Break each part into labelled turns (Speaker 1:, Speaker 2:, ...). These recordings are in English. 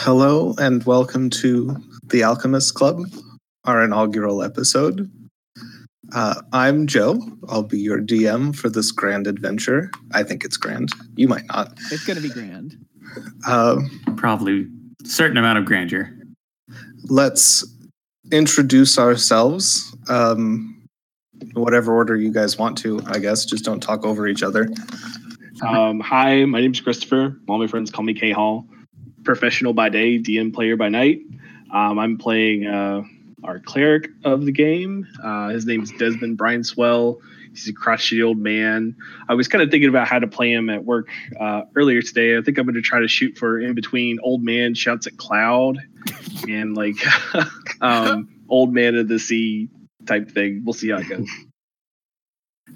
Speaker 1: Hello and welcome to the Alchemist Club, our inaugural episode. Uh, I'm Joe. I'll be your DM for this grand adventure. I think it's grand. You might not.
Speaker 2: It's going to be grand.
Speaker 1: Uh,
Speaker 3: Probably certain amount of grandeur.
Speaker 1: let's introduce ourselves, um, whatever order you guys want to, I guess. Just don't talk over each other.
Speaker 4: Um, hi, my name's Christopher. All my friends call me K Hall. Professional by day, DM player by night. Um, I'm playing uh, our cleric of the game. Uh, his name's Desmond Brineswell. He's a crotchety old man. I was kind of thinking about how to play him at work uh, earlier today. I think I'm going to try to shoot for in between old man shouts at cloud and like um, old man of the sea type thing. We'll see how it goes.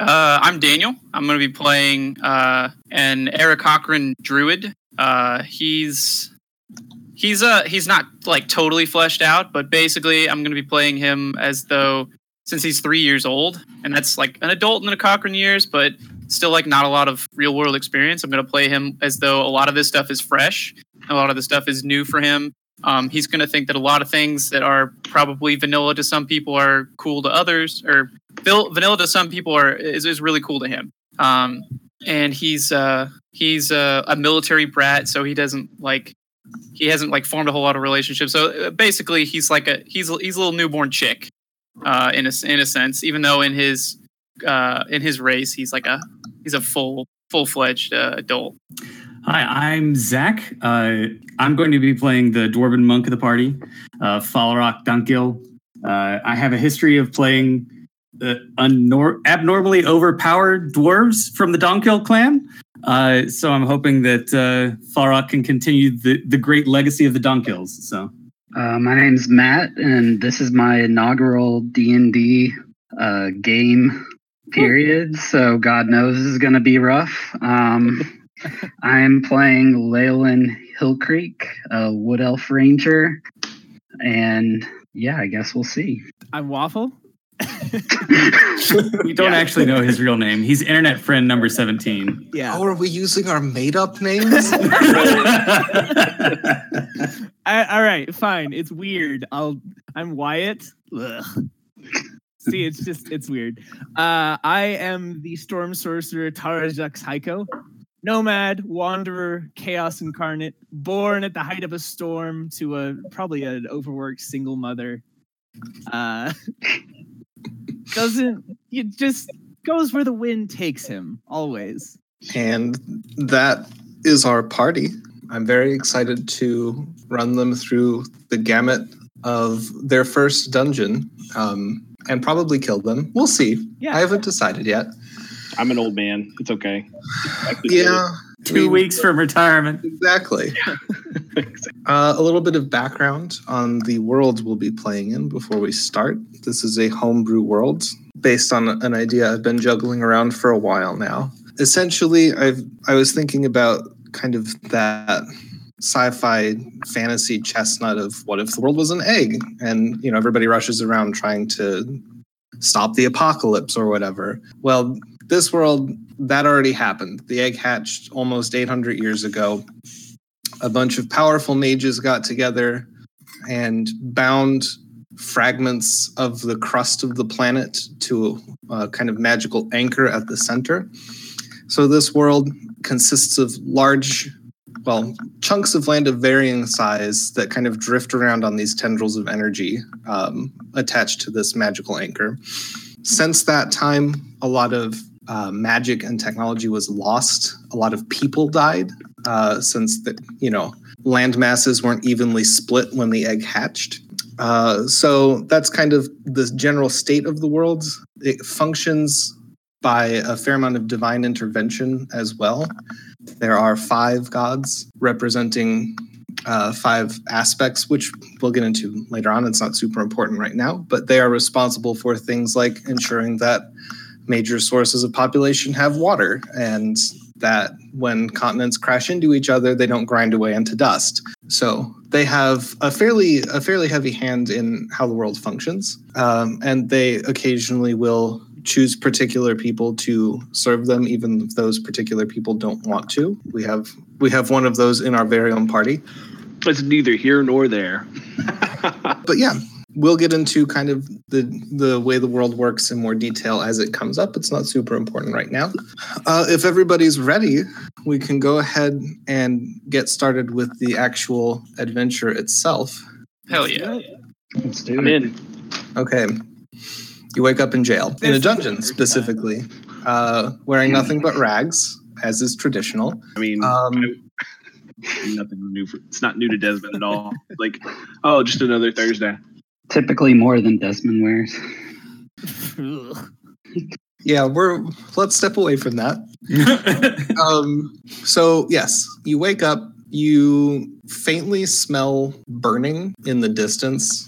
Speaker 5: Uh, I'm Daniel. I'm going to be playing uh, an Eric Cochran druid. Uh, he's he's uh he's not like totally fleshed out, but basically I'm going to be playing him as though since he's three years old, and that's like an adult in the Cochran years, but still like not a lot of real world experience. I'm going to play him as though a lot of this stuff is fresh, a lot of this stuff is new for him. Um, he's going to think that a lot of things that are probably vanilla to some people are cool to others, or Vil- vanilla to some people are is, is really cool to him. Um, and he's uh, he's uh, a military brat, so he doesn't like he hasn't like formed a whole lot of relationships. So uh, basically, he's like a he's a- he's a little newborn chick uh, in a s- in a sense. Even though in his uh, in his race, he's like a he's a full full fledged uh, adult.
Speaker 3: Hi, I'm Zach. Uh, I'm going to be playing the Dwarven monk of the party, uh, Falrock Dunkill. Uh, I have a history of playing uh, unor- abnormally overpowered dwarves from the Donkill clan. Uh, so I'm hoping that uh, Falrock can continue the, the great legacy of the Donkills. So
Speaker 6: Uh, my name's Matt, and this is my inaugural D and D uh, game period. So God knows this is going to be rough. Um, I'm playing Leyland Hillcreek, a wood elf ranger, and yeah, I guess we'll see.
Speaker 2: I'm Waffle.
Speaker 3: we don't
Speaker 4: Yeah.
Speaker 3: actually know his real name. He's internet friend number 17.
Speaker 2: Yeah.
Speaker 1: Oh, are we using our made up names?
Speaker 2: I, all right, fine. It's weird. I'll I'm Wyatt. Ugh. See, it's just it's weird. Uh, I am the storm sorcerer Tarajux Haiko. Nomad, wanderer, chaos incarnate, born at the height of a storm to a probably an overworked single mother. Uh, doesn't it just goes where the wind takes him always.
Speaker 1: And that is our party. I'm very excited to run them through the gamut of their first dungeon um, and probably kill them. We'll see.
Speaker 2: Yeah.
Speaker 1: I haven't decided yet.
Speaker 4: I'm an old man. It's okay. I can do it.
Speaker 1: Yeah,
Speaker 3: Two weeks from retirement.
Speaker 1: exactly. Uh, a little bit of background on the world we'll be playing in before we start. This is a homebrew world based on an idea I've been juggling around for a while now. Essentially, I've I was thinking about kind of that sci-fi fantasy chestnut of what if the world was an egg and you know everybody rushes around trying to stop the apocalypse or whatever. Well, this world that already happened. The egg hatched almost 800 years ago a bunch of powerful mages got together and bound fragments of the crust of the planet to a, a kind of magical anchor at the center. So this world consists of large, well, chunks of land of varying size that kind of drift around on these tendrils of energy um, attached to this magical anchor. Since that time, a lot of uh, magic and technology was lost. A lot of people died uh, since the, you know land masses weren't evenly split when the egg hatched. Uh, so that's kind of the general state of the world. It functions by a fair amount of divine intervention as well. There are five gods representing uh, five aspects, which we'll get into later on. It's not super important right now, but they are responsible for things like ensuring that major sources of population have water and that when continents crash into each other they don't grind away into dust so they have a fairly a fairly heavy hand in how the world functions um, and they occasionally will choose particular people to serve them even if those particular people don't want to we have we have one of those in our very own party
Speaker 4: It's neither here nor there.
Speaker 1: But yeah, we'll get into kind of the the way the world works in more detail as it comes up. It's not super important right now. Uh, if everybody's ready, we can go ahead and get started with the actual adventure itself.
Speaker 5: Hell yeah.
Speaker 6: Let's do
Speaker 4: I'm
Speaker 6: it.
Speaker 4: in.
Speaker 1: Okay. You wake up in jail, in a dungeon specifically, uh, wearing nothing but rags, as is traditional.
Speaker 4: I mean,
Speaker 1: Um,
Speaker 4: nothing new. For, it's not new to Desmond at all. Like, oh, just another Thursday.
Speaker 6: Typically more than Desmond wears.
Speaker 2: Ugh.
Speaker 1: yeah, we're let's step away from that. um, so yes, you wake up. You faintly smell burning in the distance.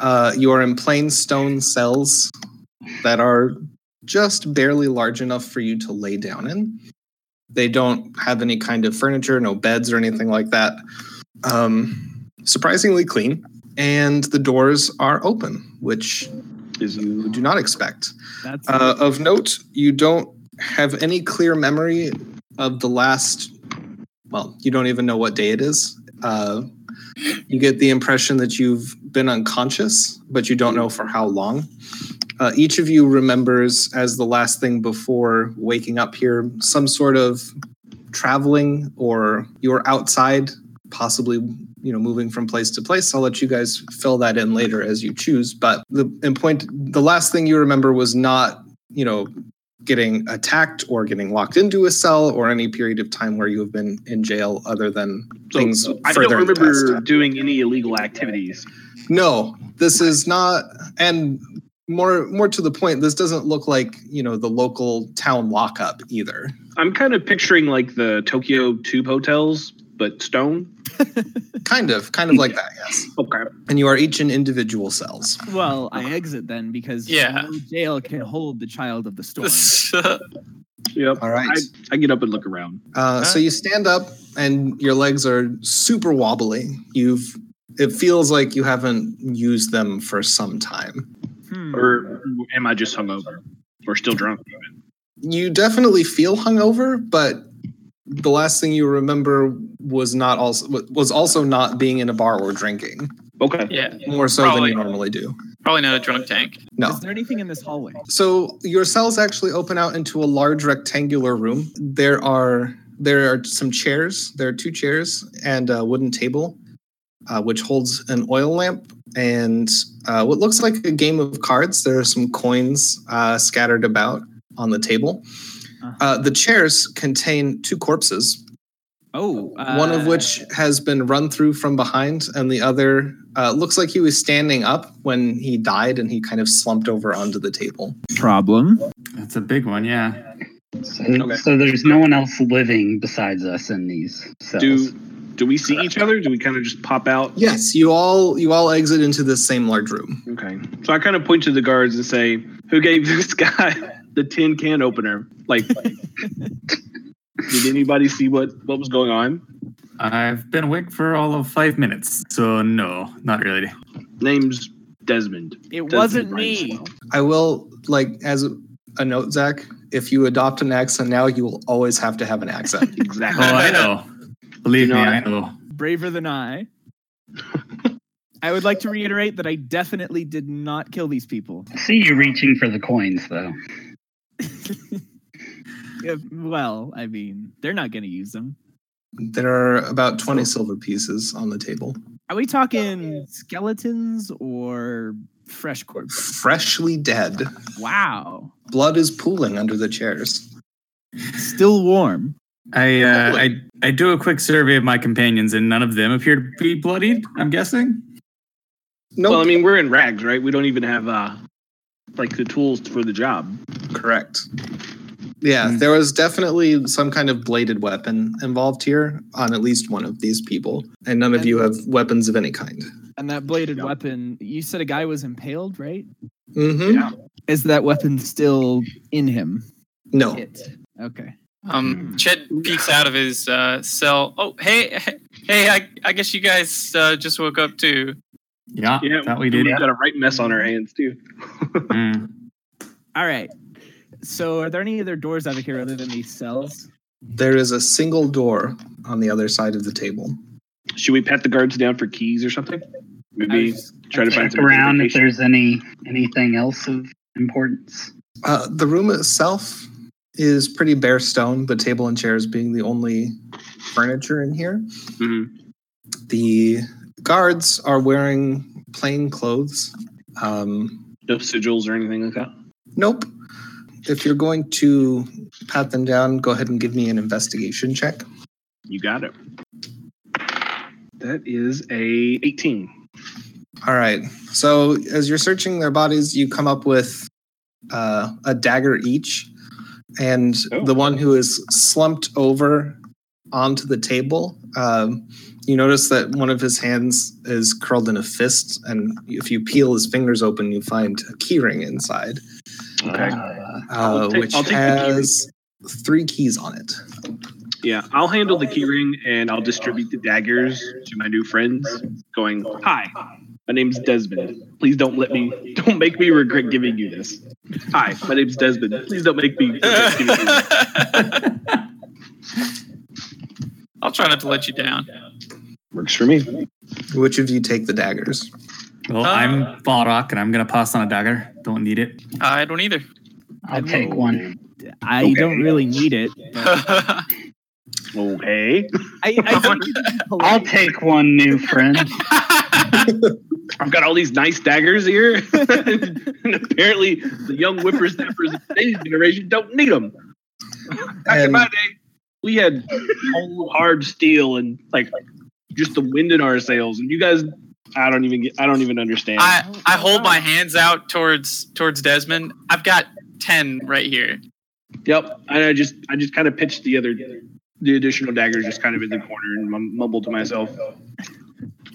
Speaker 1: Uh, you are in plain stone cells that are just barely large enough for you to lay down in. They don't have any kind of furniture, no beds or anything like that. Um, surprisingly clean, and the doors are open, which
Speaker 4: Is
Speaker 1: you do not expect.
Speaker 2: That's
Speaker 1: Uh, of note, you don't have any clear memory of the last. Well, you don't even know what day it is. Uh, you get the impression that you've been unconscious, but you don't know for how long. Uh, each of you remembers as the last thing before waking up here some sort of traveling or you're outside, possibly you know moving from place to place. I'll let you guys fill that in later as you choose. But the and point, the last thing you remember was not you know getting attacked or getting locked into a cell or any period of time where you have been in jail other than
Speaker 4: So,
Speaker 1: things
Speaker 4: I
Speaker 1: further
Speaker 4: don't
Speaker 1: in the past.
Speaker 4: remember doing any illegal activities.
Speaker 1: No, this is not, and more more to the point, this doesn't look like you know the local town lockup either.
Speaker 4: I'm kind of picturing like the Tokyo Tube hotels, but stone.
Speaker 1: Kind of, kind of like that, yes.
Speaker 4: Okay.
Speaker 1: And you are each in individual cells.
Speaker 2: well, I exit then because
Speaker 5: Yeah.
Speaker 2: no jail can hold the child of the storm.
Speaker 4: Yep.
Speaker 1: All right.
Speaker 4: I, I get up and look around.
Speaker 1: Uh, so you stand up, and your legs are super wobbly. You've it feels like you haven't used them for some time.
Speaker 2: Hmm.
Speaker 4: Or am I just hungover? Or still drunk?
Speaker 1: You definitely feel hungover, but the last thing you remember was not also was also not being in a bar or drinking
Speaker 4: Okay.
Speaker 5: yeah.
Speaker 1: more so
Speaker 5: Probably.
Speaker 1: than you normally do.
Speaker 5: Probably not a drunk tank.
Speaker 1: No.
Speaker 2: Is there anything in this hallway?
Speaker 1: So your cells actually open out into a large rectangular room. There are there are some chairs. There are two chairs and a wooden table, uh, which holds an oil lamp and uh, what looks like a game of cards. There are some coins uh, scattered about on the table. Uh, the chairs contain two corpses,
Speaker 2: Oh, uh,
Speaker 1: one of which has been run through from behind, and the other uh, looks like he was standing up when he died, and he kind of slumped over onto the table.
Speaker 2: problem.
Speaker 3: That's a big one, yeah.
Speaker 6: So,
Speaker 4: Okay.
Speaker 6: so there's no one else living besides us in these cells.
Speaker 4: Do do we see each other? Do we kind of just pop out?
Speaker 1: Yes, you all you all exit into this same large room.
Speaker 4: Okay. So I kind of point to the guards and say, "Who gave this guy the tin can opener?" Like, did anybody see what what was going on?
Speaker 3: I've been awake for all of five minutes, so no, not really.
Speaker 4: Name's Desmond.
Speaker 2: It
Speaker 4: Desmond
Speaker 2: wasn't me.
Speaker 4: Brightswell.
Speaker 1: I will like as a note, Zach. If you adopt an accent now, you will always have to have an accent.
Speaker 3: Oh,
Speaker 4: Exactly.
Speaker 3: I know. Believe
Speaker 4: You
Speaker 3: me,
Speaker 4: know,
Speaker 3: I know.
Speaker 2: Braver than I. I would like to reiterate that I definitely did not kill these people.
Speaker 6: I see you reaching for the coins though.
Speaker 2: If- well, I mean, they're not going to use them.
Speaker 1: there are about twenty silver pieces on the table,
Speaker 2: Are we talking skeletons or fresh corpses?
Speaker 1: freshly dead.
Speaker 2: Wow.
Speaker 1: Blood is pooling under the chairs.
Speaker 2: Still warm.
Speaker 3: I, uh, I I do a quick survey of my companions, and none of them appear to be bloodied. I'm guessing.
Speaker 1: No,
Speaker 4: Well, I mean, we're in rags, right? We don't even have uh, like the tools for the job.
Speaker 1: correct. Yeah,
Speaker 3: Hmm.
Speaker 1: there was definitely some kind of bladed weapon involved here on at least one of these people, and none of you have weapons of any kind.
Speaker 2: And that bladed
Speaker 4: Yeah.
Speaker 2: weapon, you said a guy was impaled, right?
Speaker 1: Mm-hmm.
Speaker 4: Yeah.
Speaker 2: Is that weapon still in him?
Speaker 1: No,
Speaker 2: It. Okay.
Speaker 5: Um, Chet peeks out of his uh, cell. Oh, hey, hey! I, I guess you guys uh, just woke up too.
Speaker 3: Yeah, that we did.
Speaker 4: We've got a right mess on our hands too.
Speaker 3: Mm.
Speaker 2: All right. So, are there any other doors out of here other than these cells?
Speaker 1: there is a single door on the other side of the table.
Speaker 4: Should we pat the guards down for keys or something? Maybe try to find
Speaker 6: Check
Speaker 4: some
Speaker 6: around if
Speaker 4: identification.
Speaker 6: there's any anything else of importance.
Speaker 1: Uh, the room itself is pretty bare stone, but table and chairs being the only furniture in here.
Speaker 4: Mhm.
Speaker 1: The guards are wearing plain clothes. Um,
Speaker 4: no sigils or anything like that.
Speaker 1: nope. If you're going to pat them down, go ahead and give me an investigation check.
Speaker 4: You got it. That is a 18.
Speaker 1: All right. So as you're searching their bodies, you come up with uh, a dagger each, and
Speaker 4: Oh.
Speaker 1: the one who is slumped over onto the table, um, you notice that one of his hands is curled in a fist, and if you peel his fingers open, you find a keyring inside,
Speaker 4: Okay.
Speaker 6: Uh,
Speaker 1: uh,
Speaker 4: I'll take-
Speaker 1: which
Speaker 4: I'll take the keyring.
Speaker 1: has three keys on it.
Speaker 4: Yeah, I'll handle the keyring and I'll distribute the daggers to my new friends. Going, hi, my name's Desmond. Please don't let me, don't make me regret giving you this. Hi, my name's Desmond. Please don't make me. Regret giving you this.
Speaker 5: I'll try not to let you down.
Speaker 4: Works for me.
Speaker 1: Which of you take the daggers?
Speaker 3: Well,
Speaker 4: Uh,
Speaker 3: I'm Balrock, and I'm gonna pass on a dagger. Don't need it.
Speaker 5: I don't either.
Speaker 6: I'll take one.
Speaker 2: I don't really need it.
Speaker 4: Oh, Okay.
Speaker 2: I, I think you can be
Speaker 6: I'll
Speaker 2: polite.
Speaker 6: take one, new friend.
Speaker 4: I've got all these nice daggers here. and apparently, the young whippersnappers of today's generation don't need them. Back in
Speaker 1: And-
Speaker 4: my day, we had old hard steel and like just the wind in our sails. And you guys, I don't even get, I don't even understand.
Speaker 5: I, I hold my hands out towards towards Desmond. I've got ten right here.
Speaker 4: yep. And I just, I just kind of pitched the other, the additional daggers just kind of in the corner and mum- mumbled to myself.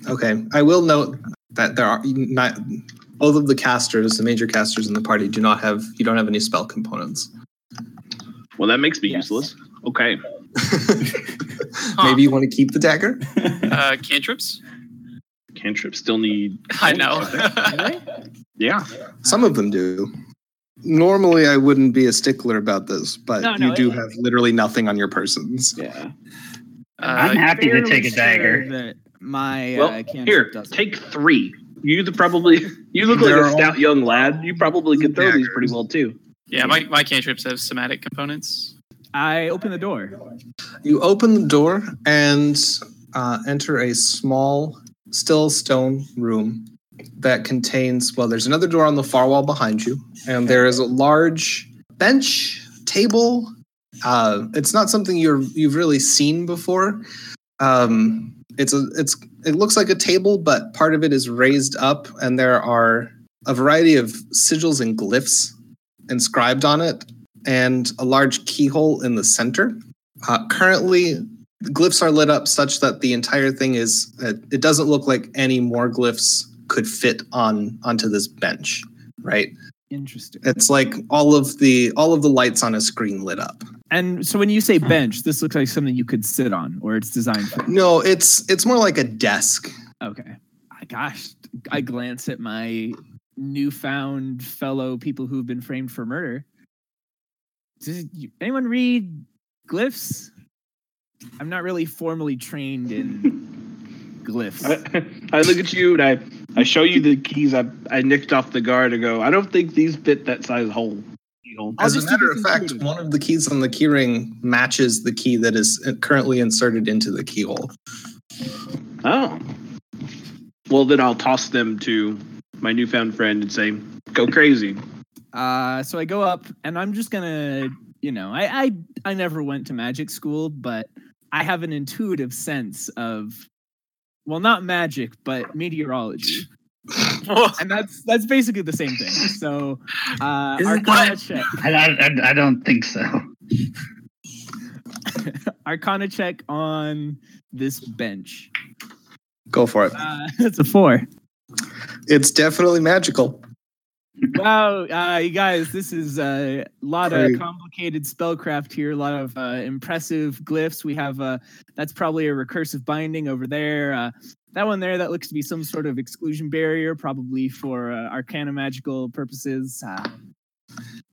Speaker 1: Okay, I will note that there are not both of the casters, the major casters in the party, do not have you don't have any spell components.
Speaker 4: Well, that makes me
Speaker 2: Yes.
Speaker 4: useless. Okay.
Speaker 1: Maybe you want to keep the dagger.
Speaker 5: Uh, cantrips.
Speaker 4: Cantrip still need,
Speaker 6: Oh,
Speaker 5: I know. Uh,
Speaker 4: yeah.
Speaker 1: Some of them do. Normally, I wouldn't be a stickler about this, but
Speaker 2: No, no,
Speaker 1: you do
Speaker 2: it-
Speaker 1: have literally nothing on your persons.
Speaker 4: Yeah.
Speaker 5: uh,
Speaker 6: I'm happy to
Speaker 2: Fairly
Speaker 6: take a
Speaker 2: sure
Speaker 6: dagger.
Speaker 2: that my
Speaker 4: Well,
Speaker 2: uh, cantrip
Speaker 4: Here,
Speaker 2: doesn't.
Speaker 4: take three. You the probably you look like
Speaker 1: They're
Speaker 4: a
Speaker 1: all-
Speaker 4: stout young lad. You probably could throw these pretty well too.
Speaker 5: yeah, my, my cantrips have somatic components.
Speaker 2: I open the door.
Speaker 1: You open the door and uh, enter a small, still stone room that contains, well, there's another door on the far wall behind you, and there is a large bench, table. Uh, it's not something you're you've really seen before. Um, it's a it's it looks like a table, but part of it is raised up, and there are a variety of sigils and glyphs inscribed on it, and a large keyhole in the center. Uh, currently, glyphs are lit up such that the entire thing is uh, it doesn't look like any more glyphs could fit on onto this bench, right?
Speaker 2: Interesting.
Speaker 1: It's like all of the all of the lights on a screen lit up.
Speaker 2: And so when you say bench, this looks like something you could sit on, or it's designed for.
Speaker 1: No, it's it's more like a desk.
Speaker 2: Okay. I, gosh, I glance at my newfound fellow people who've been framed for murder. Does you- anyone read glyphs? I'm not really formally trained in glyphs.
Speaker 4: I, I look at you and I I show you the keys I, I nicked off the guard and go, I don't think these fit that size hole. You know,
Speaker 2: I'll
Speaker 1: As a
Speaker 2: just do
Speaker 1: matter
Speaker 2: this
Speaker 1: of fact,
Speaker 2: intuitive.
Speaker 1: one of the keys on the keyring matches the key that is currently inserted into the keyhole.
Speaker 4: Oh. Well then I'll toss them to my newfound friend and say, Go crazy.
Speaker 2: Uh, so I go up and I'm just gonna, you know, I, I I never went to magic school, but I have an intuitive sense of, well, not magic, but meteorology, and that's that's basically the same thing. So, uh,
Speaker 3: Isn't
Speaker 2: Arcana
Speaker 5: that-
Speaker 2: check,
Speaker 6: I, I, I don't think so.
Speaker 2: Arcana check on this bench.
Speaker 1: Go for it.
Speaker 2: Uh, it's a four.
Speaker 1: It's definitely magical.
Speaker 2: Wow, uh, you guys, this is a lot
Speaker 1: Crazy.
Speaker 2: of complicated spellcraft here. A lot of uh, impressive glyphs. We have uh, that's probably a recursive binding over there. Uh, that one there, that looks to be some sort of exclusion barrier, probably for uh, arcana magical purposes. Uh,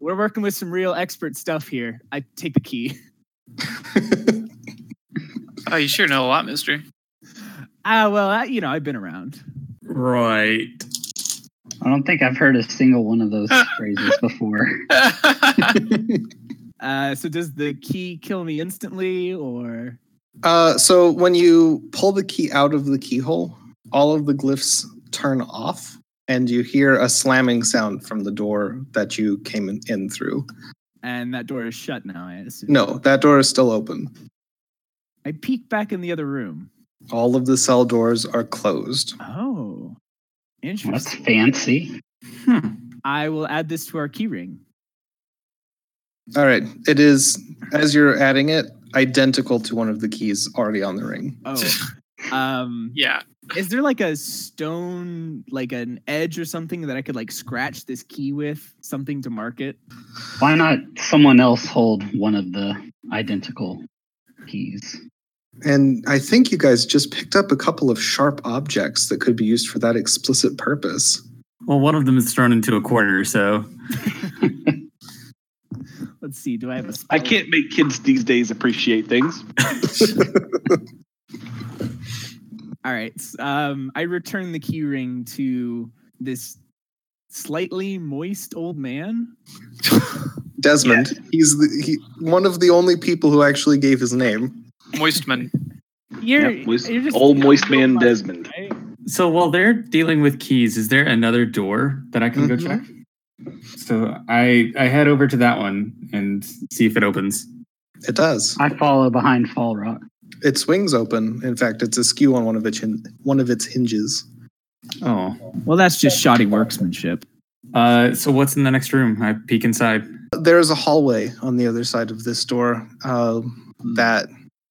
Speaker 2: we're working with some real expert stuff here. I take the key.
Speaker 5: Oh, you sure know a lot, Mister.
Speaker 2: Ah, well, I, you know, I've been around.
Speaker 3: Right.
Speaker 6: I don't think I've heard a single one of those phrases before.
Speaker 2: Uh, so does the key kill me instantly, or
Speaker 1: Uh, so when you pull the key out of the keyhole, all of the glyphs turn off, and you hear a slamming sound from the door that you came in, in through.
Speaker 2: and that door is shut now? I assume.
Speaker 1: No, that door is still open.
Speaker 2: I peek back in the other room.
Speaker 1: All of the cell doors are closed.
Speaker 2: Oh,
Speaker 6: That's
Speaker 2: interesting.
Speaker 6: fancy.
Speaker 3: Hmm.
Speaker 2: I will add this to our key ring.
Speaker 1: All right, it is as you're adding it, identical to one of the keys already on the ring.
Speaker 2: Oh, um,
Speaker 5: yeah.
Speaker 2: is there like a stone, like an edge or something that I could like scratch this key with, something to mark it?
Speaker 6: Why not someone else hold one of the identical keys?
Speaker 1: And I think you guys just picked up a couple of sharp objects that could be used for that explicit purpose.
Speaker 3: Well, one of them is thrown into a quarter, so
Speaker 2: Let's see. Do I have a?
Speaker 4: I
Speaker 2: spell?
Speaker 4: can't make kids these days appreciate things.
Speaker 2: All right. s- Um, I return the key ring to this slightly moist old man.
Speaker 1: Desmond, he's the, he, one of the only people who actually gave his name.
Speaker 5: Moistman.
Speaker 2: You're,
Speaker 4: Yep, moist-
Speaker 2: you're just
Speaker 4: old moist man
Speaker 2: Right.
Speaker 4: Desmond.
Speaker 3: so while they're dealing with keys, is there another door that I can
Speaker 1: Mhm.
Speaker 3: go
Speaker 2: Mm-hmm.
Speaker 3: check? So I I head over to that one and see if it opens.
Speaker 1: It does.
Speaker 6: I follow behind Fall Rock.
Speaker 1: It swings open. In fact, it's askew on one of its hin- one of its hinges.
Speaker 3: Oh.
Speaker 2: Well, that's just shoddy workmanship.
Speaker 3: Uh so what's in the next room? I peek inside.
Speaker 1: There is a hallway on the other side of this door uh, that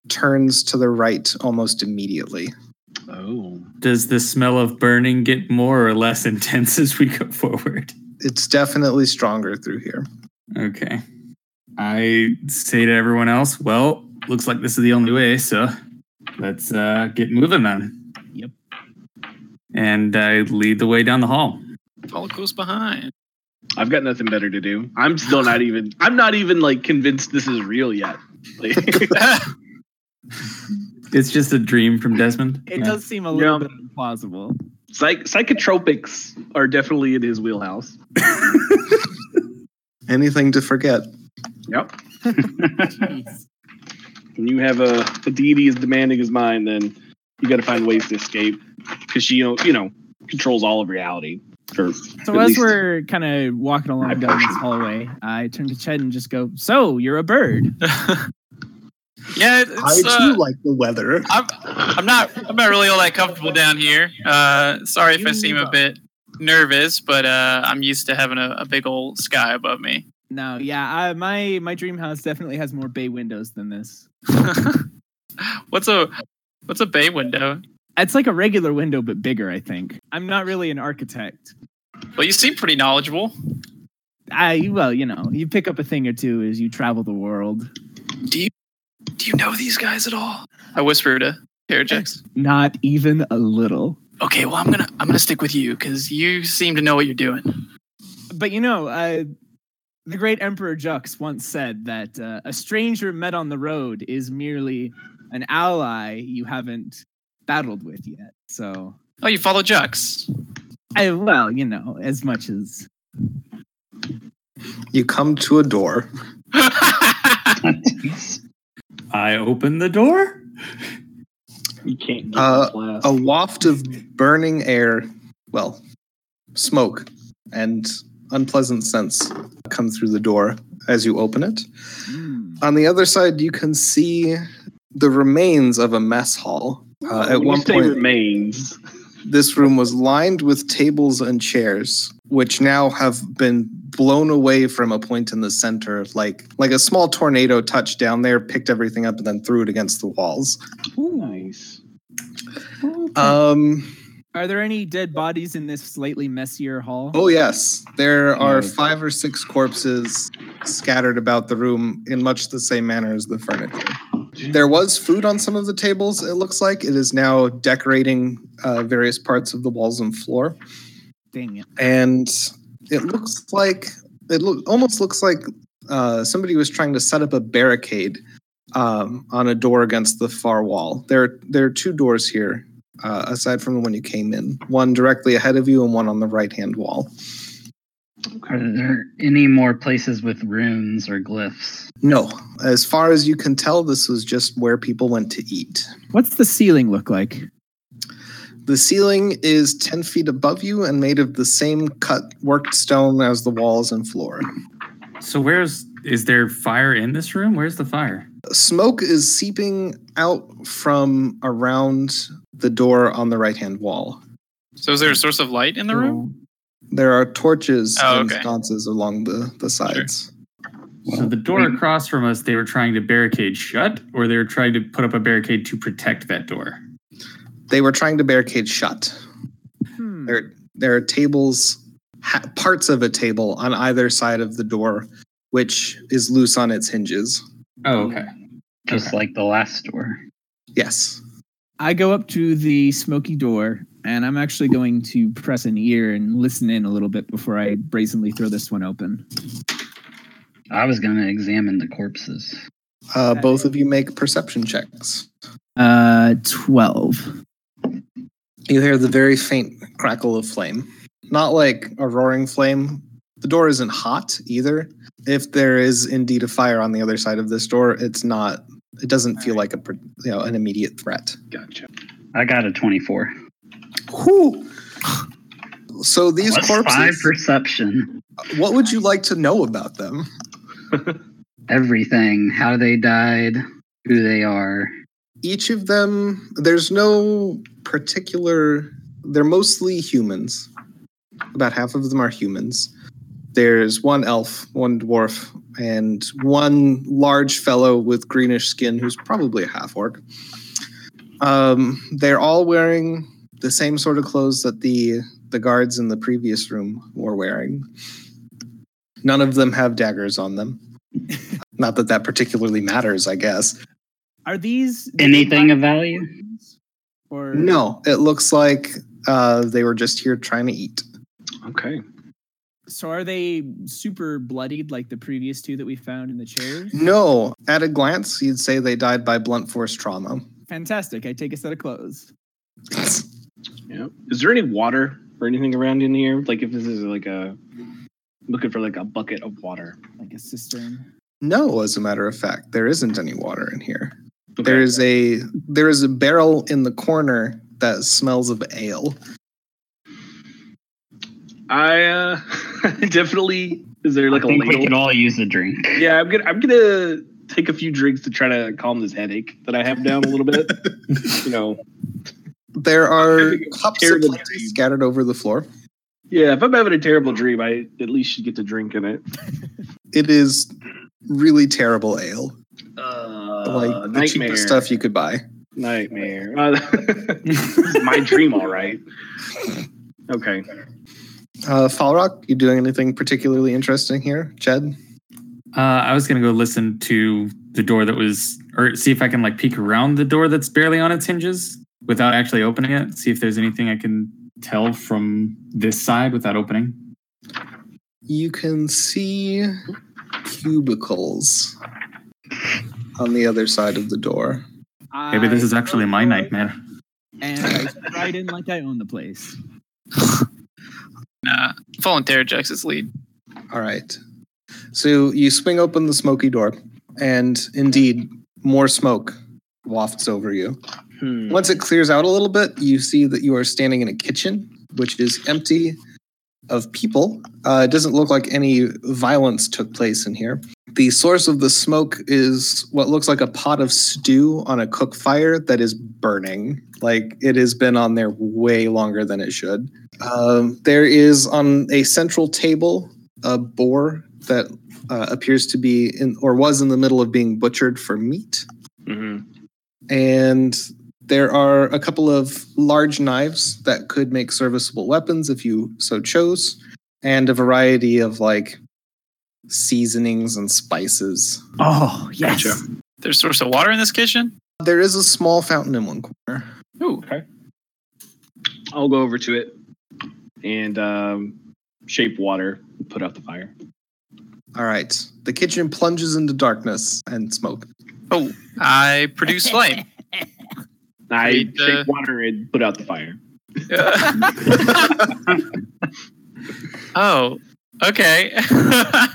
Speaker 1: turns to the right almost immediately.
Speaker 4: Oh.
Speaker 3: Does the smell of burning get more or less intense as we go forward?
Speaker 1: It's definitely stronger through here.
Speaker 3: Okay. I say to everyone else, well, looks like this is the only way, so let's uh, get moving then.
Speaker 2: Yep.
Speaker 3: And I lead the way down the hall.
Speaker 5: All goes behind.
Speaker 4: I've got nothing better to do. I'm still not even I'm not even like convinced this is real yet. Like,
Speaker 3: It's just a dream from Desmond. Uh,
Speaker 2: It
Speaker 3: Yeah.
Speaker 2: does seem a little
Speaker 4: Yeah.
Speaker 2: bit plausible.
Speaker 4: psych- psychotropics are definitely in his wheelhouse.
Speaker 1: Anything to forget.
Speaker 4: Yep.
Speaker 2: Jeez.
Speaker 4: When you have a, a deity as demanding as mine, then you got to find ways to escape because she, you know, you know, controls all of reality. Or
Speaker 2: So
Speaker 4: at
Speaker 2: as
Speaker 4: least-
Speaker 2: we're kind of walking along down this hallway, I turn to Ched and just go, "So you're a bird."
Speaker 5: yeah, it-
Speaker 1: I
Speaker 5: it's,
Speaker 1: too
Speaker 5: uh,
Speaker 1: like the weather.
Speaker 5: I'm, I'm not I'm not really all that comfortable down here. Uh, sorry if I seem a bit nervous, but uh, I'm used to having a, a big old sky above me.
Speaker 2: No, yeah, I, my my dream house definitely has more bay windows than this.
Speaker 5: what's a what's a bay window?
Speaker 2: It's like a regular window but bigger. I think I'm not really an architect.
Speaker 5: Well, you seem pretty knowledgeable.
Speaker 2: I well, you know, you pick up a thing or two as you travel the world.
Speaker 5: Do you know these guys at all? I whisper to Parajax.
Speaker 2: Not even a little.
Speaker 5: Okay, well I'm gonna I'm gonna stick with you because you seem to know what you're doing.
Speaker 2: But you know, uh, the great Emperor Jux once said that uh, a stranger met on the road is merely an ally you haven't battled with yet. So,
Speaker 5: Oh, you follow Jux.
Speaker 2: I, well, you know, as much as
Speaker 1: You come to a door.
Speaker 3: I open the door.
Speaker 4: you can't get
Speaker 1: Uh,
Speaker 4: class.
Speaker 1: a waft of burning air, well, smoke and unpleasant scents come through the door as you open it.
Speaker 2: mm,
Speaker 1: On the other side, you can see the remains of a mess hall. Uh, at
Speaker 4: When
Speaker 1: one
Speaker 4: you say
Speaker 1: point,
Speaker 4: remains.
Speaker 1: this room was lined with tables and chairs, which now have been blown away from a point in the center, like like a small tornado touched down there, picked everything up, and then threw it against the walls.
Speaker 4: Nice.
Speaker 1: Um,
Speaker 2: are there any dead bodies in this slightly messier hall?
Speaker 1: Oh yes, there are
Speaker 6: Yeah.
Speaker 1: five or six corpses scattered about the room in much the same manner as the furniture. There was food on some of the tables. It looks like it is now decorating uh, various parts of the walls and floor,
Speaker 2: Dang it!
Speaker 1: and it looks like it look, almost looks like uh, somebody was trying to set up a barricade um, on a door against the far wall. There, there are two doors here uh, aside from the one you came in. One directly ahead of you and one on the right hand wall.
Speaker 6: Are there any more places with runes or glyphs?
Speaker 1: No, as far as you can tell, this was just where people went to eat.
Speaker 2: What's the ceiling look like?
Speaker 1: The ceiling is 10 feet above you and made of the same cut worked stone as the walls and floor.
Speaker 3: So where's is there fire in this room? Where's the fire?
Speaker 1: Smoke is seeping out from around the door on the right hand wall.
Speaker 5: So is there a source of light in the room?
Speaker 1: There are torches
Speaker 5: Oh,
Speaker 1: and
Speaker 5: okay.
Speaker 1: sconces along the, the sides.
Speaker 3: So the door across from us, they were trying to barricade shut, or they were trying to put up a barricade to protect that door.
Speaker 1: They were trying to barricade shut.
Speaker 2: Hmm.
Speaker 1: There, there are tables, ha- parts of a table on either side of the door, which is loose on its hinges.
Speaker 3: Oh, okay.
Speaker 6: Just like the last door.
Speaker 1: Yes.
Speaker 2: I go up to the smoky door, and I'm actually going to press an ear and listen in a little bit before I brazenly throw this one open.
Speaker 6: I was going to examine the corpses.
Speaker 1: Uh, both of you make perception checks.
Speaker 2: Uh, twelve.
Speaker 1: You hear the very faint crackle of flame. Not like a roaring flame. The door isn't hot either. If there is indeed a fire on the other side of this door, it's not. It doesn't feel like a pr- you know an immediate threat.
Speaker 4: Gotcha.
Speaker 6: I got a 24.
Speaker 1: Whew. So these
Speaker 6: Plus Five
Speaker 1: corpses.
Speaker 6: perception.
Speaker 1: What would you like to know about them?
Speaker 6: Everything. How they died, who they are.
Speaker 1: Each of them. There's no particular. They're mostly humans. About half of them are humans. There's one elf, one dwarf, and one large fellow with greenish skin who's probably a half orc. Um, they're all wearing the same sort of clothes that the the guards in the previous room were wearing. None of them have daggers on them. Not that that particularly matters, I guess.
Speaker 2: Are these
Speaker 6: Anything of value?
Speaker 2: Or
Speaker 1: No, it looks like uh, they were just here trying to eat.
Speaker 4: Okay.
Speaker 2: So are they super bloodied like the previous two that we found in the chairs?
Speaker 1: Mm. No, at a glance, you'd say they died by blunt force trauma.
Speaker 2: Fantastic. I take a set of clothes.
Speaker 4: Yeah. Is there any water or anything around in here? Like if this is like a looking for like a bucket of water.
Speaker 2: Like a cistern.
Speaker 1: No, as a matter of fact, there isn't any water in here.
Speaker 4: Okay.
Speaker 1: There is a there is a barrel in the corner that smells of ale.
Speaker 4: I uh, definitely is there like
Speaker 6: I
Speaker 4: a
Speaker 6: think we
Speaker 4: ladle?
Speaker 6: could all use a drink.
Speaker 4: Yeah, I'm gonna I'm gonna take a few drinks to try to calm this headache that I have down a little bit. you know,
Speaker 1: There are
Speaker 4: Having a
Speaker 1: cups of
Speaker 4: terrible
Speaker 1: plenty
Speaker 4: dream.
Speaker 1: scattered over the floor.
Speaker 4: yeah. If I'm having a terrible dream, I at least should get to drink in it.
Speaker 1: It is really terrible ale,
Speaker 4: Uh,
Speaker 1: like the cheapest stuff you could buy.
Speaker 4: Nightmare. Uh, this is my dream, all right. Okay.
Speaker 1: Uh, Falrock, you doing anything particularly interesting here, Jed?
Speaker 3: Uh, I was gonna go listen to the door that was, or see if I can like peek around the door that's barely on its hinges without actually opening it. See if there's anything I can tell from this side without opening.
Speaker 1: You can see cubicles on the other side of the door.
Speaker 3: Maybe this is actually my
Speaker 2: night,
Speaker 3: nightmare.
Speaker 2: And I stride in like I own the place.
Speaker 5: Nah. Fallen Terrajex is lead.
Speaker 1: All right. So you swing open the smoky door, and indeed, more smoke wafts over you.
Speaker 4: Hmm.
Speaker 1: Once it clears out a little bit, you see that you are standing in a kitchen, which is empty of people. Uh, it doesn't look like any violence took place in here. The source of the smoke is what looks like a pot of stew on a cook fire that is burning. Like it has been on there way longer than it should. Um, there is on a central table a boar that uh, appears to be in or was in the middle of being butchered for meat
Speaker 4: Mhm.
Speaker 1: and there are a couple of large knives that could make serviceable weapons if you so chose, and a variety of like seasonings and spices.
Speaker 2: Oh yes.
Speaker 4: Gotcha.
Speaker 5: There's a source of water in this kitchen?
Speaker 1: There is a small fountain in one corner.
Speaker 5: Ooh.
Speaker 4: I'll go over to it and um, shape water, and put out the fire.
Speaker 1: All right. The kitchen plunges into darkness and smoke.
Speaker 5: Oh. I produce light.
Speaker 4: I
Speaker 5: Create,
Speaker 4: shake
Speaker 5: uh,
Speaker 4: water and put out the fire.
Speaker 5: oh, okay. I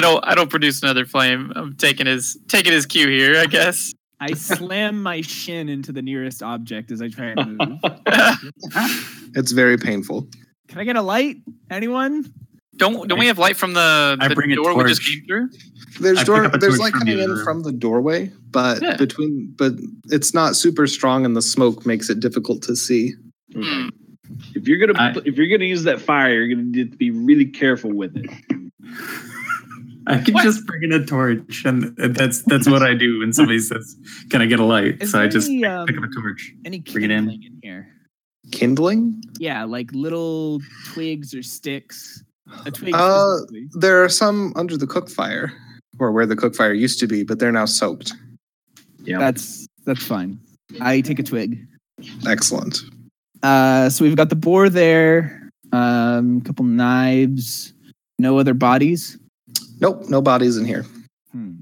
Speaker 5: don't. I don't produce another flame. I'm taking his taking his cue here, I guess.
Speaker 2: I slam my shin into the nearest object as I try and move.
Speaker 1: It's very painful.
Speaker 2: Can I get a light? Anyone?
Speaker 5: Don't don't we have light from the,
Speaker 3: I
Speaker 5: the
Speaker 3: bring a
Speaker 5: door we just
Speaker 3: torch.
Speaker 5: came through?
Speaker 1: There's
Speaker 3: I pick
Speaker 1: door,
Speaker 3: up a
Speaker 1: there's light
Speaker 3: torch from the
Speaker 1: coming
Speaker 3: other
Speaker 1: in
Speaker 3: room.
Speaker 1: from the doorway, but
Speaker 5: Yeah.
Speaker 1: between but it's not super strong and the smoke makes it difficult to see.
Speaker 5: Hmm.
Speaker 4: If you're gonna
Speaker 3: I-
Speaker 4: put- if you're gonna use that fire, you're gonna need to be really careful with it.
Speaker 3: I can
Speaker 5: What?
Speaker 3: just bring in a torch, and that's that's what I do when somebody says, "Can I get a light?"
Speaker 2: Is
Speaker 3: so I
Speaker 2: there
Speaker 3: just
Speaker 2: any,
Speaker 3: pick,
Speaker 2: um,
Speaker 3: pick up a torch.
Speaker 2: Any
Speaker 3: Bring it in.
Speaker 2: kindling in here?
Speaker 1: Kindling?
Speaker 2: Yeah, like little twigs or sticks. A twig.
Speaker 1: Uh,
Speaker 2: specifically.
Speaker 1: There are some under the cook fire, or where the cook fire used to be, but they're now soaked.
Speaker 4: Yeah.
Speaker 2: that's that's fine. I take a twig.
Speaker 1: Excellent.
Speaker 2: Uh, so we've got the boar there. Um, couple knives. No other bodies.
Speaker 1: Nope, no bodies in here.
Speaker 2: Hmm.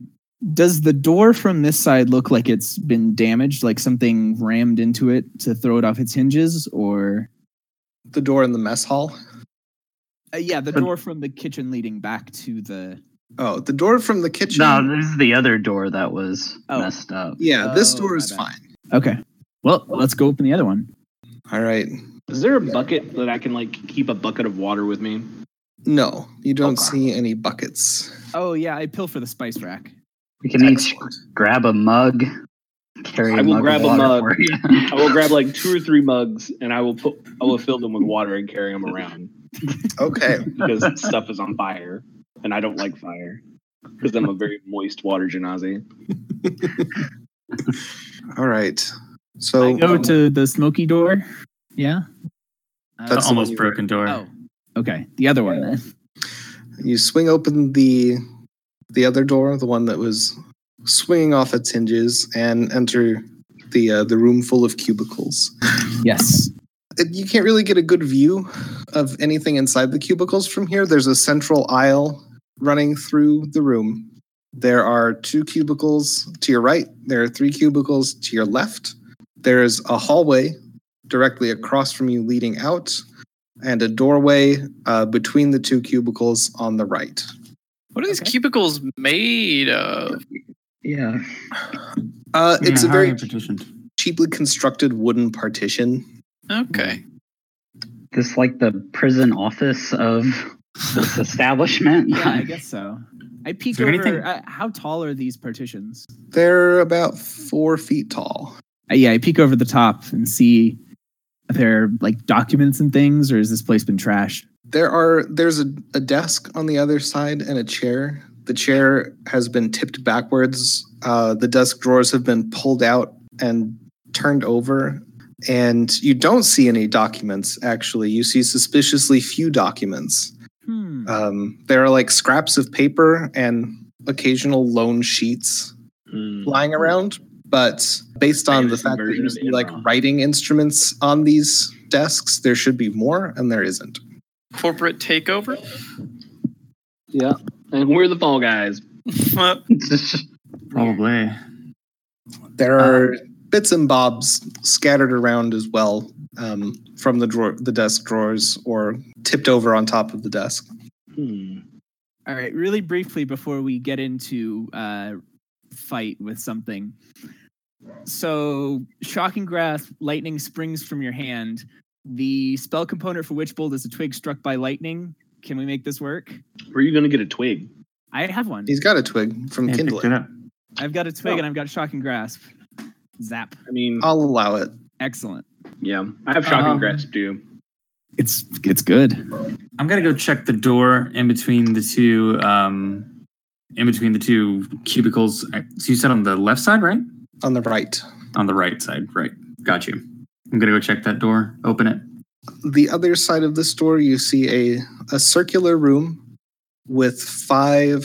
Speaker 2: Does the door from this side look like it's been damaged, like something rammed into it to throw it off its hinges, or?
Speaker 1: The door in the mess hall.
Speaker 2: Uh, yeah, the
Speaker 6: But-
Speaker 2: door from the kitchen leading back to the.
Speaker 1: Oh, the door from the kitchen.
Speaker 6: No, this is the other door that was
Speaker 2: Oh.
Speaker 6: messed up.
Speaker 1: yeah, this
Speaker 2: Oh,
Speaker 1: door
Speaker 2: my
Speaker 1: is
Speaker 2: bad.
Speaker 1: fine.
Speaker 2: Okay. Well, let's go open the other one.
Speaker 1: All right.
Speaker 4: Is there a bucket that I can like keep a bucket of water with me?
Speaker 1: No, you don't
Speaker 4: Okay.
Speaker 1: see any buckets.
Speaker 2: Oh yeah, I pilfer the spice rack.
Speaker 6: We can each
Speaker 1: Excellent.
Speaker 6: grab a mug. Carry
Speaker 4: I will
Speaker 6: mug of
Speaker 4: grab a
Speaker 6: water
Speaker 4: mug.
Speaker 6: for you.
Speaker 4: I will grab like two or three mugs and I will put I will fill them with water and carry them around
Speaker 1: Okay.
Speaker 4: because stuff is on fire and I don't like fire because I'm a very moist water genasi.
Speaker 1: All right. So
Speaker 2: I go to the smoky door. Yeah. Uh,
Speaker 1: That's
Speaker 3: The
Speaker 1: the one
Speaker 3: almost
Speaker 1: you-
Speaker 3: broken door.
Speaker 2: oh. Okay, the other one then.
Speaker 1: you swing open the the other door, the one that was swinging off its hinges, and enter the uh, the room full of cubicles.
Speaker 2: Yes.
Speaker 1: it- you can't really get a good view of anything inside the cubicles from here. There's a central aisle running through the room. There are two cubicles to your right, there are three cubicles to your left. There is a hallway directly across from you leading out, and a doorway uh, between the two cubicles on the right.
Speaker 5: What are these
Speaker 2: Okay.
Speaker 5: cubicles made of?
Speaker 6: yeah.
Speaker 1: Uh, it's
Speaker 3: Yeah,
Speaker 1: a
Speaker 3: Hmm, how are
Speaker 1: very
Speaker 3: you partitioned?
Speaker 1: cheaply constructed wooden partition.
Speaker 5: Okay.
Speaker 6: This like the prison office of this establishment.
Speaker 2: Yeah, I guess so. I peek
Speaker 3: Is there
Speaker 2: over.
Speaker 3: anything-
Speaker 2: Uh, how tall are these partitions?
Speaker 1: They're about four feet tall.
Speaker 2: Uh, yeah, I peek over the top and see if there are like documents and things, or has this place been trashed?
Speaker 1: There are there's a, a desk on the other side and a chair. The chair has been tipped backwards. Uh, the desk drawers have been pulled out and turned over. And you don't see any documents, actually. You see suspiciously few documents.
Speaker 3: Uh,
Speaker 2: Hmm.
Speaker 1: Um, there are like scraps of paper and occasional loan sheets lying around. But based on the
Speaker 4: Fantasy
Speaker 1: fact that
Speaker 4: version
Speaker 1: you
Speaker 4: of
Speaker 1: see like
Speaker 4: Enron.
Speaker 1: writing instruments on these desks, there should be more, and there isn't.
Speaker 5: Corporate takeover?
Speaker 4: Yeah. And we're the fall guys.
Speaker 3: Probably.
Speaker 1: There
Speaker 3: Uh,
Speaker 1: are bits and bobs scattered around as well um, from the drawer, the desk drawers, or tipped over on top of the desk.
Speaker 4: Hmm.
Speaker 2: All right, really briefly before we get into uh, fight with something. So, shocking grasp, lightning springs from your hand. The spell component for Witch Bolt is a twig struck by lightning. Can we make this work?
Speaker 4: Where are you gonna get a twig?
Speaker 2: I have one.
Speaker 1: He's got a twig from
Speaker 3: Yeah, picked it
Speaker 1: kindling.
Speaker 3: up.
Speaker 2: I've got a twig and I've got shocking grasp. Zap.
Speaker 4: I mean
Speaker 1: I'll allow it.
Speaker 2: Excellent.
Speaker 4: yeah. I have shocking
Speaker 1: uh-huh.
Speaker 3: Um,
Speaker 4: grasp too.
Speaker 2: It's it's good.
Speaker 3: I'm gonna go check the door in between the two, um, in between the two cubicles. I- So you said on the left side, right?
Speaker 1: On the right,
Speaker 3: On the right side, right? Got you. I'm gonna go check that door. Open it.
Speaker 1: the other side of the store, you see a a circular room with five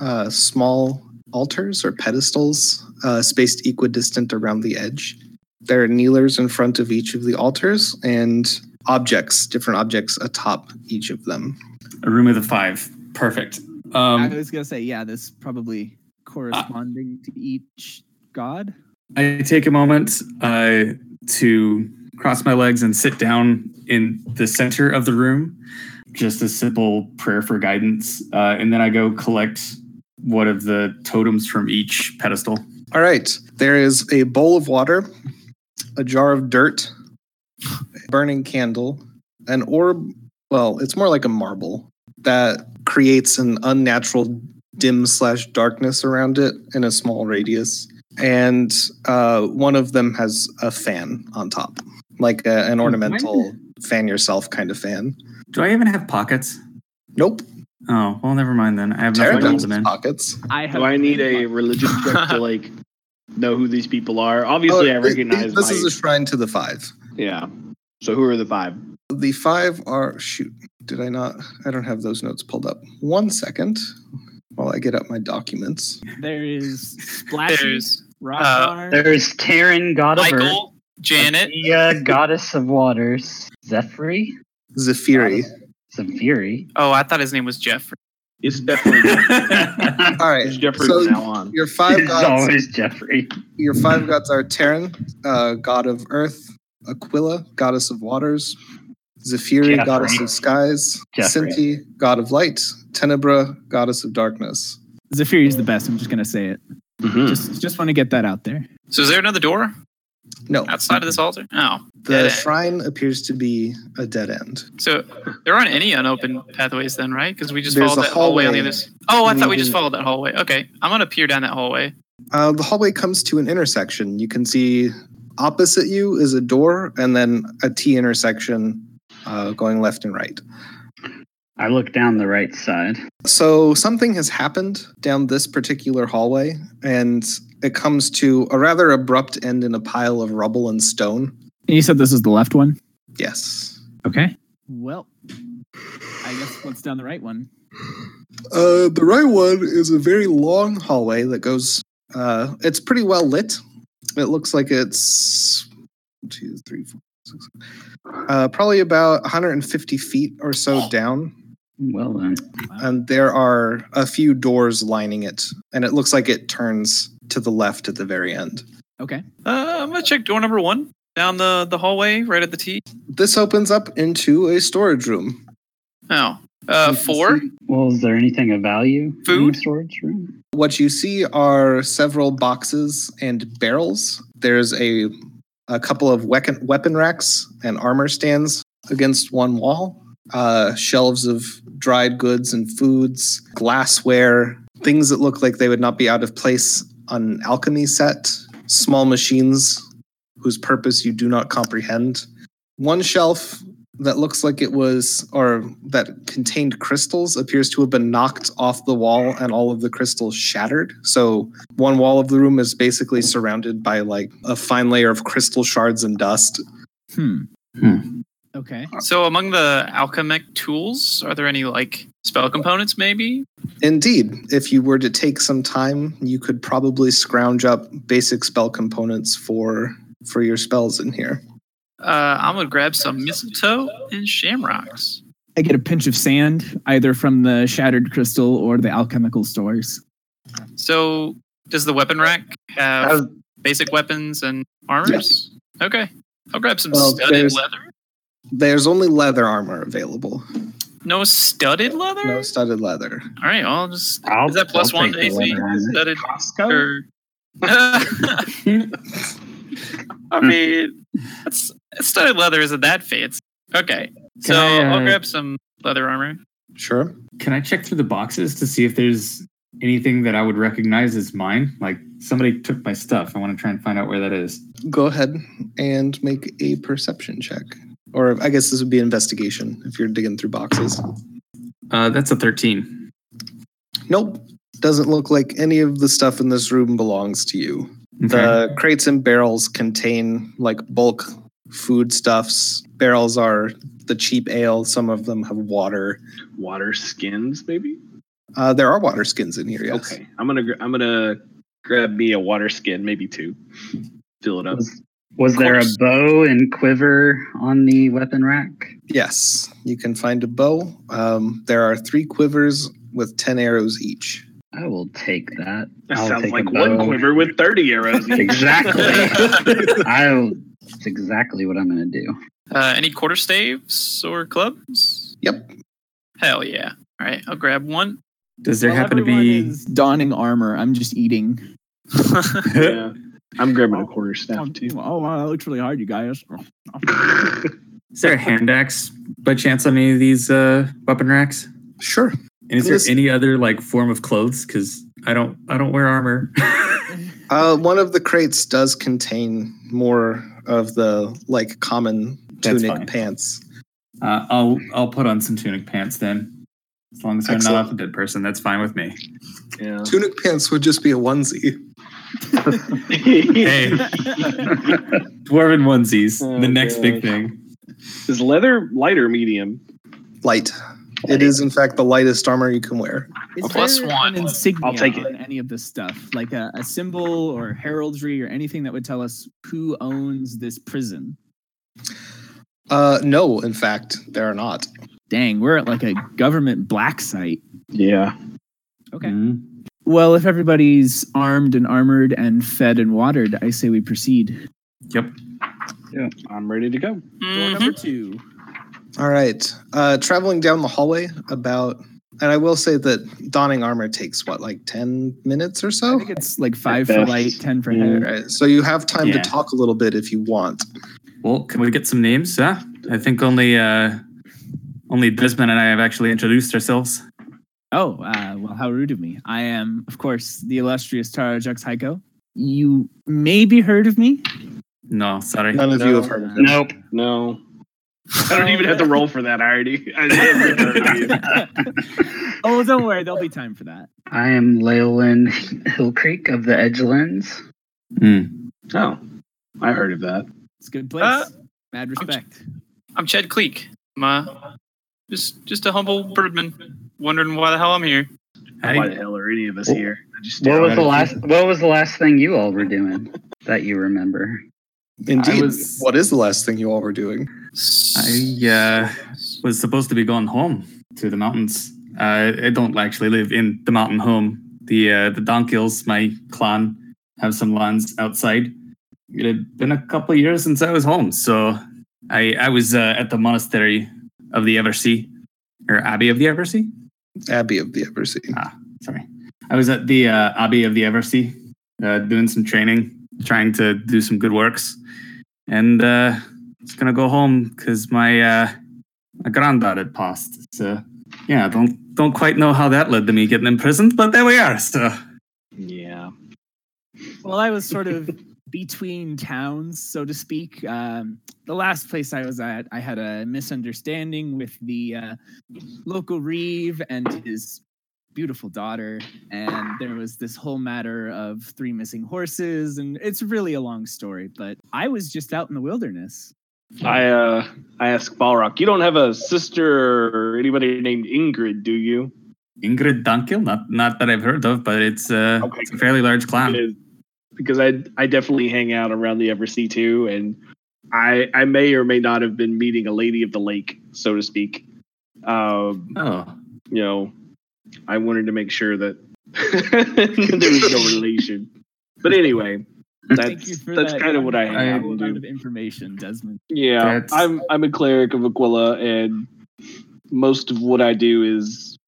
Speaker 1: uh, small altars or pedestals uh, spaced equidistant around the edge. There are kneelers in front of each of the altars and objects, different objects atop each of them.
Speaker 3: A room of the five. Perfect. Um,
Speaker 2: I was gonna say yeah. This probably corresponding to each god.
Speaker 3: I take a moment uh, to cross my legs and sit down in the center of the room. Just a simple prayer for guidance. Uh, and then I go collect one of the totems from each pedestal.
Speaker 1: All right. There is a bowl of water, a jar of dirt, a burning candle, an orb. Well, it's more like a marble that creates an unnatural dim slash darkness around it in a small radius. And uh, one of them has a fan on top, like a, an ornamental fan yourself kind of fan.
Speaker 3: Do I even have pockets?
Speaker 1: Nope.
Speaker 3: Oh, well, never mind then. I have nothing to
Speaker 1: Pterodactyl
Speaker 3: put
Speaker 1: has
Speaker 3: them in.
Speaker 1: pockets.
Speaker 2: I have
Speaker 4: Do I need a religion check to like know who these people are? Obviously, I
Speaker 1: Oh, th-
Speaker 4: recognize.
Speaker 1: This
Speaker 4: my,
Speaker 1: is a shrine to the five.
Speaker 4: yeah. So who are the five?
Speaker 1: The five are shoot. Did I not? I don't have those notes pulled up. One second, while I get up my documents.
Speaker 2: There is Splashy,
Speaker 5: There's
Speaker 2: Rockar,
Speaker 6: There's Terran, god of earth,
Speaker 5: Michael, Janet,
Speaker 6: the uh, goddess of waters, Zephyri,
Speaker 1: Zephyri.
Speaker 6: Zephyri.
Speaker 5: Oh, I thought his name was Jeffrey.
Speaker 4: It's definitely
Speaker 1: All right.
Speaker 4: it's Jeffrey
Speaker 1: So-
Speaker 4: from now on.
Speaker 1: Your five
Speaker 6: It's
Speaker 1: gods.
Speaker 6: always Jeffrey.
Speaker 1: Your five gods are Terran, uh, god of earth; Aquila, goddess of waters; Zephyri,
Speaker 6: Jeffrey.
Speaker 1: goddess of skies;
Speaker 6: Jeffrey.
Speaker 1: Sinti, god of light; Tenebra, goddess of darkness.
Speaker 2: Zephyr is the best. I'm just gonna say it.
Speaker 4: Mhm.
Speaker 2: Just just want to get that out there.
Speaker 5: So is there another door
Speaker 1: No,
Speaker 5: outside of this altar? Oh,
Speaker 1: the
Speaker 5: dead end.
Speaker 1: shrine appears to be a dead end.
Speaker 5: So there aren't any unopened pathways then, right? Because we just
Speaker 1: There's
Speaker 5: followed
Speaker 1: a
Speaker 5: that hallway. on the
Speaker 1: hallway Mm-hmm.
Speaker 5: other. s- Oh, I thought we just
Speaker 1: leading-
Speaker 5: followed that hallway. Okay, I'm gonna peer down that hallway.
Speaker 1: Uh, the hallway comes to an intersection. You can see opposite you is a door and then a T intersection uh, going left and right.
Speaker 6: I look down the right side.
Speaker 1: So something has happened down this particular hallway and it comes to a rather abrupt end in a pile of rubble and stone.
Speaker 2: And you said this is the left one.
Speaker 1: Yes.
Speaker 2: Okay. Well, I guess what's down the right one?
Speaker 1: Uh, the right one is a very long hallway that goes. Uh, it's pretty well lit. It looks like it's one, two, three, four, six, uh, probably about 150 feet or so down,
Speaker 6: Well then,
Speaker 1: and there are a few doors lining it, and it looks like it turns to the left at the very end.
Speaker 2: Okay.
Speaker 5: Uh, I'm gonna check door number one down the the hallway, right at the T.
Speaker 1: This opens up into a storage room.
Speaker 5: Oh, uh, four.
Speaker 6: well, is there anything of value in
Speaker 5: Food?
Speaker 6: the storage room?
Speaker 1: What you see are several boxes and barrels. There's a a couple of weapon weapon racks and armor stands against one wall. Uh, shelves of dried goods and foods, glassware, things that look like they would not be out of place on an alchemy set. Small machines whose purpose you do not comprehend. One shelf that looks like it was or that contained crystals appears to have been knocked off the wall and all of the crystals shattered. So one wall of the room is basically surrounded by like a fine layer of crystal shards and dust.
Speaker 2: Hmm.
Speaker 3: Hmm.
Speaker 2: Okay.
Speaker 5: So among the alchemic tools, are there any like spell components? Maybe.
Speaker 1: Indeed, if you were to take some time, you could probably scrounge up basic spell components for for your spells in here.
Speaker 5: Uh, I'm gonna grab some mistletoe and shamrocks.
Speaker 2: I get a pinch of sand, either from the shattered crystal or the alchemical stores.
Speaker 5: So does the weapon rack have
Speaker 6: Uh,
Speaker 5: basic weapons and armors? Okay, I'll grab some
Speaker 1: Well,
Speaker 5: studded
Speaker 1: there's-
Speaker 5: leather.
Speaker 1: There's only leather armor available.
Speaker 5: No studded leather.
Speaker 1: No studded leather.
Speaker 5: All right, I'll just
Speaker 6: I'll,
Speaker 5: Is that plus
Speaker 6: I'll
Speaker 5: one
Speaker 6: take
Speaker 5: AC?
Speaker 6: the leather on it.
Speaker 5: studded
Speaker 4: Costco.
Speaker 5: or. I Hmm. mean, that's, studded leather isn't that fancy. Okay, so
Speaker 3: I,
Speaker 5: I,
Speaker 3: uh,
Speaker 5: will grab some leather armor.
Speaker 1: Sure.
Speaker 3: Can I check through the boxes to see if there's anything that I would recognize as mine? Like somebody took my stuff. I want to try and find out where that is.
Speaker 1: go ahead and make a perception check. Or I guess this would be investigation if you're digging through boxes.
Speaker 3: Uh, that's a 13.
Speaker 1: Nope. Doesn't look like any of the stuff in this room belongs to you.
Speaker 3: Okay.
Speaker 1: The crates and barrels contain like bulk foodstuffs. Barrels are the cheap ale, some of them have water.
Speaker 4: Water skins, maybe.
Speaker 1: Uh, there are water skins in here, yes.
Speaker 4: Okay, I'm gonna gr- I'm gonna grab me a water skin, maybe two. Fill
Speaker 5: Oh.
Speaker 4: it up.
Speaker 6: Was, was there a
Speaker 4: course.
Speaker 6: bow and quiver on the weapon rack?
Speaker 1: Yes, you can find a bow. Um, there are three quivers with 10 arrows each.
Speaker 6: I will take that.
Speaker 4: That
Speaker 6: I'll
Speaker 4: sounds
Speaker 6: take a
Speaker 4: like one
Speaker 6: bow.
Speaker 4: quiver with 30 arrows.
Speaker 6: Exactly. I. That's exactly what I'm going to do.
Speaker 5: Uh, any quarter staves or clubs?
Speaker 1: Yep.
Speaker 5: Hell yeah. All right, I'll grab one.
Speaker 3: Does there
Speaker 2: While
Speaker 3: happen to
Speaker 2: everyone
Speaker 3: be?
Speaker 2: is donning armor. I'm just eating.
Speaker 4: yeah. I'm grabbing a quarter staff too.
Speaker 2: Oh wow, that looks really hard, you guys.
Speaker 3: Is there a hand axe by chance on any of these uh, weapon racks?
Speaker 1: Sure.
Speaker 3: And is there
Speaker 1: Yes.
Speaker 3: any other like form of clothes? Because I don't, I don't wear armor.
Speaker 1: Uh, one of the crates does contain more of the like common
Speaker 3: That's
Speaker 1: tunic
Speaker 3: fine.
Speaker 1: pants.
Speaker 3: Uh, I'll, I'll put on some tunic pants then. As long as I'm not
Speaker 1: Excellent.
Speaker 3: off a dead person, that's fine with me.
Speaker 4: Yeah.
Speaker 1: Tunic pants would just be a onesie.
Speaker 3: Hey, dwarven onesies,
Speaker 4: Oh,
Speaker 3: the next big
Speaker 4: gosh.
Speaker 3: thing.
Speaker 4: Is leather light or medium?
Speaker 1: Light. It is in fact the lightest armor you can wear.
Speaker 2: Is
Speaker 5: Plus
Speaker 2: there
Speaker 5: one.
Speaker 2: An insignia
Speaker 4: I'll take it.
Speaker 2: on any of this stuff, like a, a symbol or heraldry or anything that would tell us who owns this prison.
Speaker 1: Uh, no, in fact, there are not.
Speaker 2: Dang, we're at like a government black site.
Speaker 4: Yeah.
Speaker 2: Okay.
Speaker 3: Mm.
Speaker 2: Well, if everybody's armed and armored and fed and watered, I say we proceed.
Speaker 3: Yep.
Speaker 4: I'm ready to go.
Speaker 2: Door
Speaker 5: Mhm.
Speaker 2: number two.
Speaker 1: All right. Uh, traveling down the hallway about, and I will say that donning armor takes what, like 10 minutes or
Speaker 2: I
Speaker 1: so?
Speaker 2: think it's like five for
Speaker 4: best.
Speaker 2: light, ten for
Speaker 4: Yeah.
Speaker 1: All
Speaker 2: hair.
Speaker 1: right. So you have time
Speaker 3: Yeah.
Speaker 1: to talk a little bit if you want.
Speaker 3: Well, can we get some names? Huh? I think only, uh, only Desmond and I have actually introduced ourselves.
Speaker 2: Oh, uh, well, how rude of me. I am, of course, the illustrious Tara Jux Heiko. You maybe heard of me.
Speaker 3: No, sorry.
Speaker 1: None of you have heard of it.
Speaker 6: Nope.
Speaker 4: No. I don't even have to roll for that. I already. I never heard of you.
Speaker 2: Oh, don't worry, there'll be time for that.
Speaker 6: I am Leyland Hill Creek of the Edgelands.
Speaker 3: Mm.
Speaker 4: Oh, I heard of that.
Speaker 2: It's a good place.
Speaker 5: Uh,
Speaker 2: Mad respect.
Speaker 5: I'm Chad Cleek. I'm uh, just just a humble birdman wondering why the hell I'm here.
Speaker 4: Why
Speaker 3: I,
Speaker 4: the hell are any of us
Speaker 6: Well,
Speaker 4: here? I just
Speaker 6: What was
Speaker 4: stared
Speaker 6: the
Speaker 4: at
Speaker 6: last? What was the last thing you all were doing that you remember?
Speaker 1: Indeed.
Speaker 3: was-
Speaker 1: What is the last thing you all were doing?
Speaker 3: I uh, was supposed to be going home to the mountains. Uh, I don't actually live in the mountain home. The uh, the Donkills, my clan, have some lands outside. It had been a couple of years since I was home, so I I was uh, at the monastery of the Eversea or Abbey of the Eversea.
Speaker 1: Abbey of the Eversea.
Speaker 3: Sorry, I was at the uh, Abbey of the Eversea uh, doing some training, trying to do some good works, and uh, just gonna go home because my uh, my granddad had passed. So yeah, don't don't quite know how that led to me getting imprisoned, but there we are. So
Speaker 4: you. Yeah.
Speaker 2: Well, I was sort of between towns, so to speak. Um, the last place I was at, I had a misunderstanding with the uh, local reeve and his beautiful daughter, and there was this whole matter of three missing horses, and it's really a long story. But I was just out in the wilderness.
Speaker 4: I uh, I asked Balrock, you don't have a sister or anybody named Ingrid, do you?
Speaker 3: Ingrid Dunkel, not not that I've heard of, but it's, uh,
Speaker 4: Okay.
Speaker 3: it's a fairly large
Speaker 2: Ah.
Speaker 3: clan.
Speaker 4: Because- Because I I definitely hang out around the Eversea too, and I I may or may not have been meeting a lady of the lake, so to speak. Um,
Speaker 3: Oh,
Speaker 4: you know, I wanted to make sure that there was no relation. But anyway,
Speaker 2: Thank you
Speaker 4: that's
Speaker 2: for
Speaker 4: that's
Speaker 2: that
Speaker 4: kind of what I
Speaker 3: I-
Speaker 4: hang out and
Speaker 2: amount
Speaker 4: do.
Speaker 2: of information, Desmond.
Speaker 4: Yeah,
Speaker 3: That's-
Speaker 4: I'm I'm a cleric of Aquila, and most of what I do is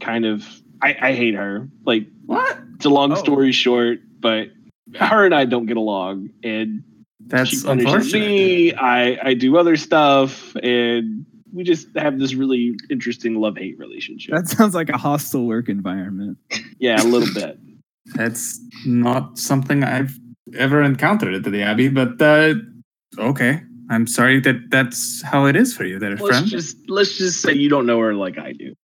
Speaker 4: kind of I, I hate her. Like
Speaker 3: what?
Speaker 4: it's a long
Speaker 2: Oh.
Speaker 4: story short, but her and I don't get along, and
Speaker 3: That's
Speaker 4: she punishes
Speaker 3: unfortunate.
Speaker 4: me. I I do other stuff, and we just have this really interesting love hate relationship.
Speaker 2: That sounds like a hostile work environment.
Speaker 4: yeah, a little bit.
Speaker 3: That's not something I've ever encountered at the Abbey, but uh, okay. I'm sorry that that's how it is for you, there,
Speaker 4: Let's
Speaker 3: friend.
Speaker 4: just let's just say you don't know her like I do.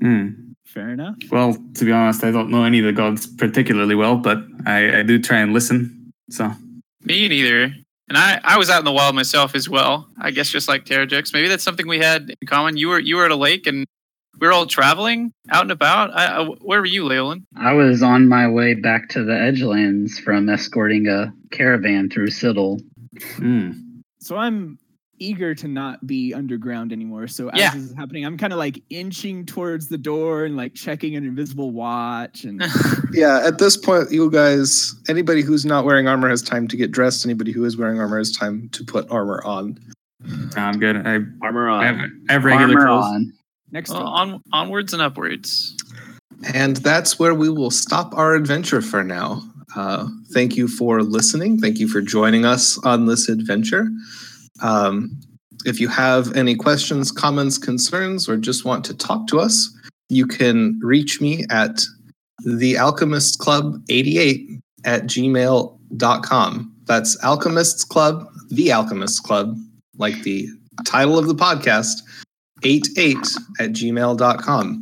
Speaker 3: Hmm.
Speaker 2: Fair enough.
Speaker 3: Well, to be honest, I don't know any of the gods particularly well, but I, I do try and listen. So
Speaker 5: Me neither. And I, I was out in the wild myself as well. I guess just like Terrajix. Maybe that's something we had in common. You were you were at a lake and we were all traveling out and about. I, I, where were you, Leland?
Speaker 6: I was on my way back to the Edgelands from escorting a caravan through Siddle.
Speaker 3: mm.
Speaker 2: So I'm eager to not be underground anymore. So as
Speaker 5: Yeah.
Speaker 2: this is happening, I'm kind of like inching towards the door and like checking an invisible watch and
Speaker 1: Yeah, at this point, you guys, anybody who's not wearing armor has time to get dressed. Anybody who is wearing armor has time to put armor on.
Speaker 3: I'm good. I,
Speaker 4: Armor
Speaker 3: I, have,
Speaker 4: on.
Speaker 3: I have regular
Speaker 6: Uh, Armor
Speaker 3: clothes.
Speaker 6: on.
Speaker 2: next
Speaker 5: Well,
Speaker 2: one.
Speaker 5: on, onwards and upwards.
Speaker 1: And that's where we will stop our adventure for now. Uh, thank you for listening. Thank you for joining us on this adventure. Um, if you have any questions, comments, concerns, or just want to talk to us, you can reach me at the Alchemists Club 88 at gmail.com. That's Alchemists Club, the Alchemists Club, like the title of the podcast, 88 at gmail.com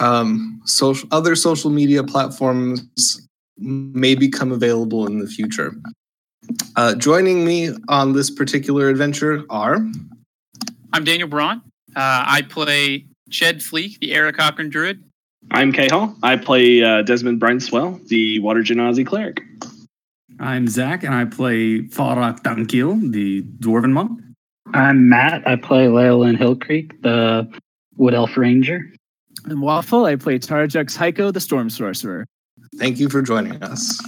Speaker 1: um, social, other social media platforms may become available in the future. Uh, joining me on this particular adventure are
Speaker 5: I'm Daniel Braun. Uh, I play Ched Fleek, the Eric Cochran Druid.
Speaker 4: I'm K Hall. I play uh, Desmond Brineswell, the Water Genasi cleric.
Speaker 3: I'm Zach, and I play Falrock Dankil, the dwarven monk.
Speaker 6: I'm Matt. I play Leyland Hillcreek, the Wood Elf Ranger.
Speaker 2: And Waffle, I play Tarjux Haiko, the Storm Sorcerer.
Speaker 1: thank you for joining us.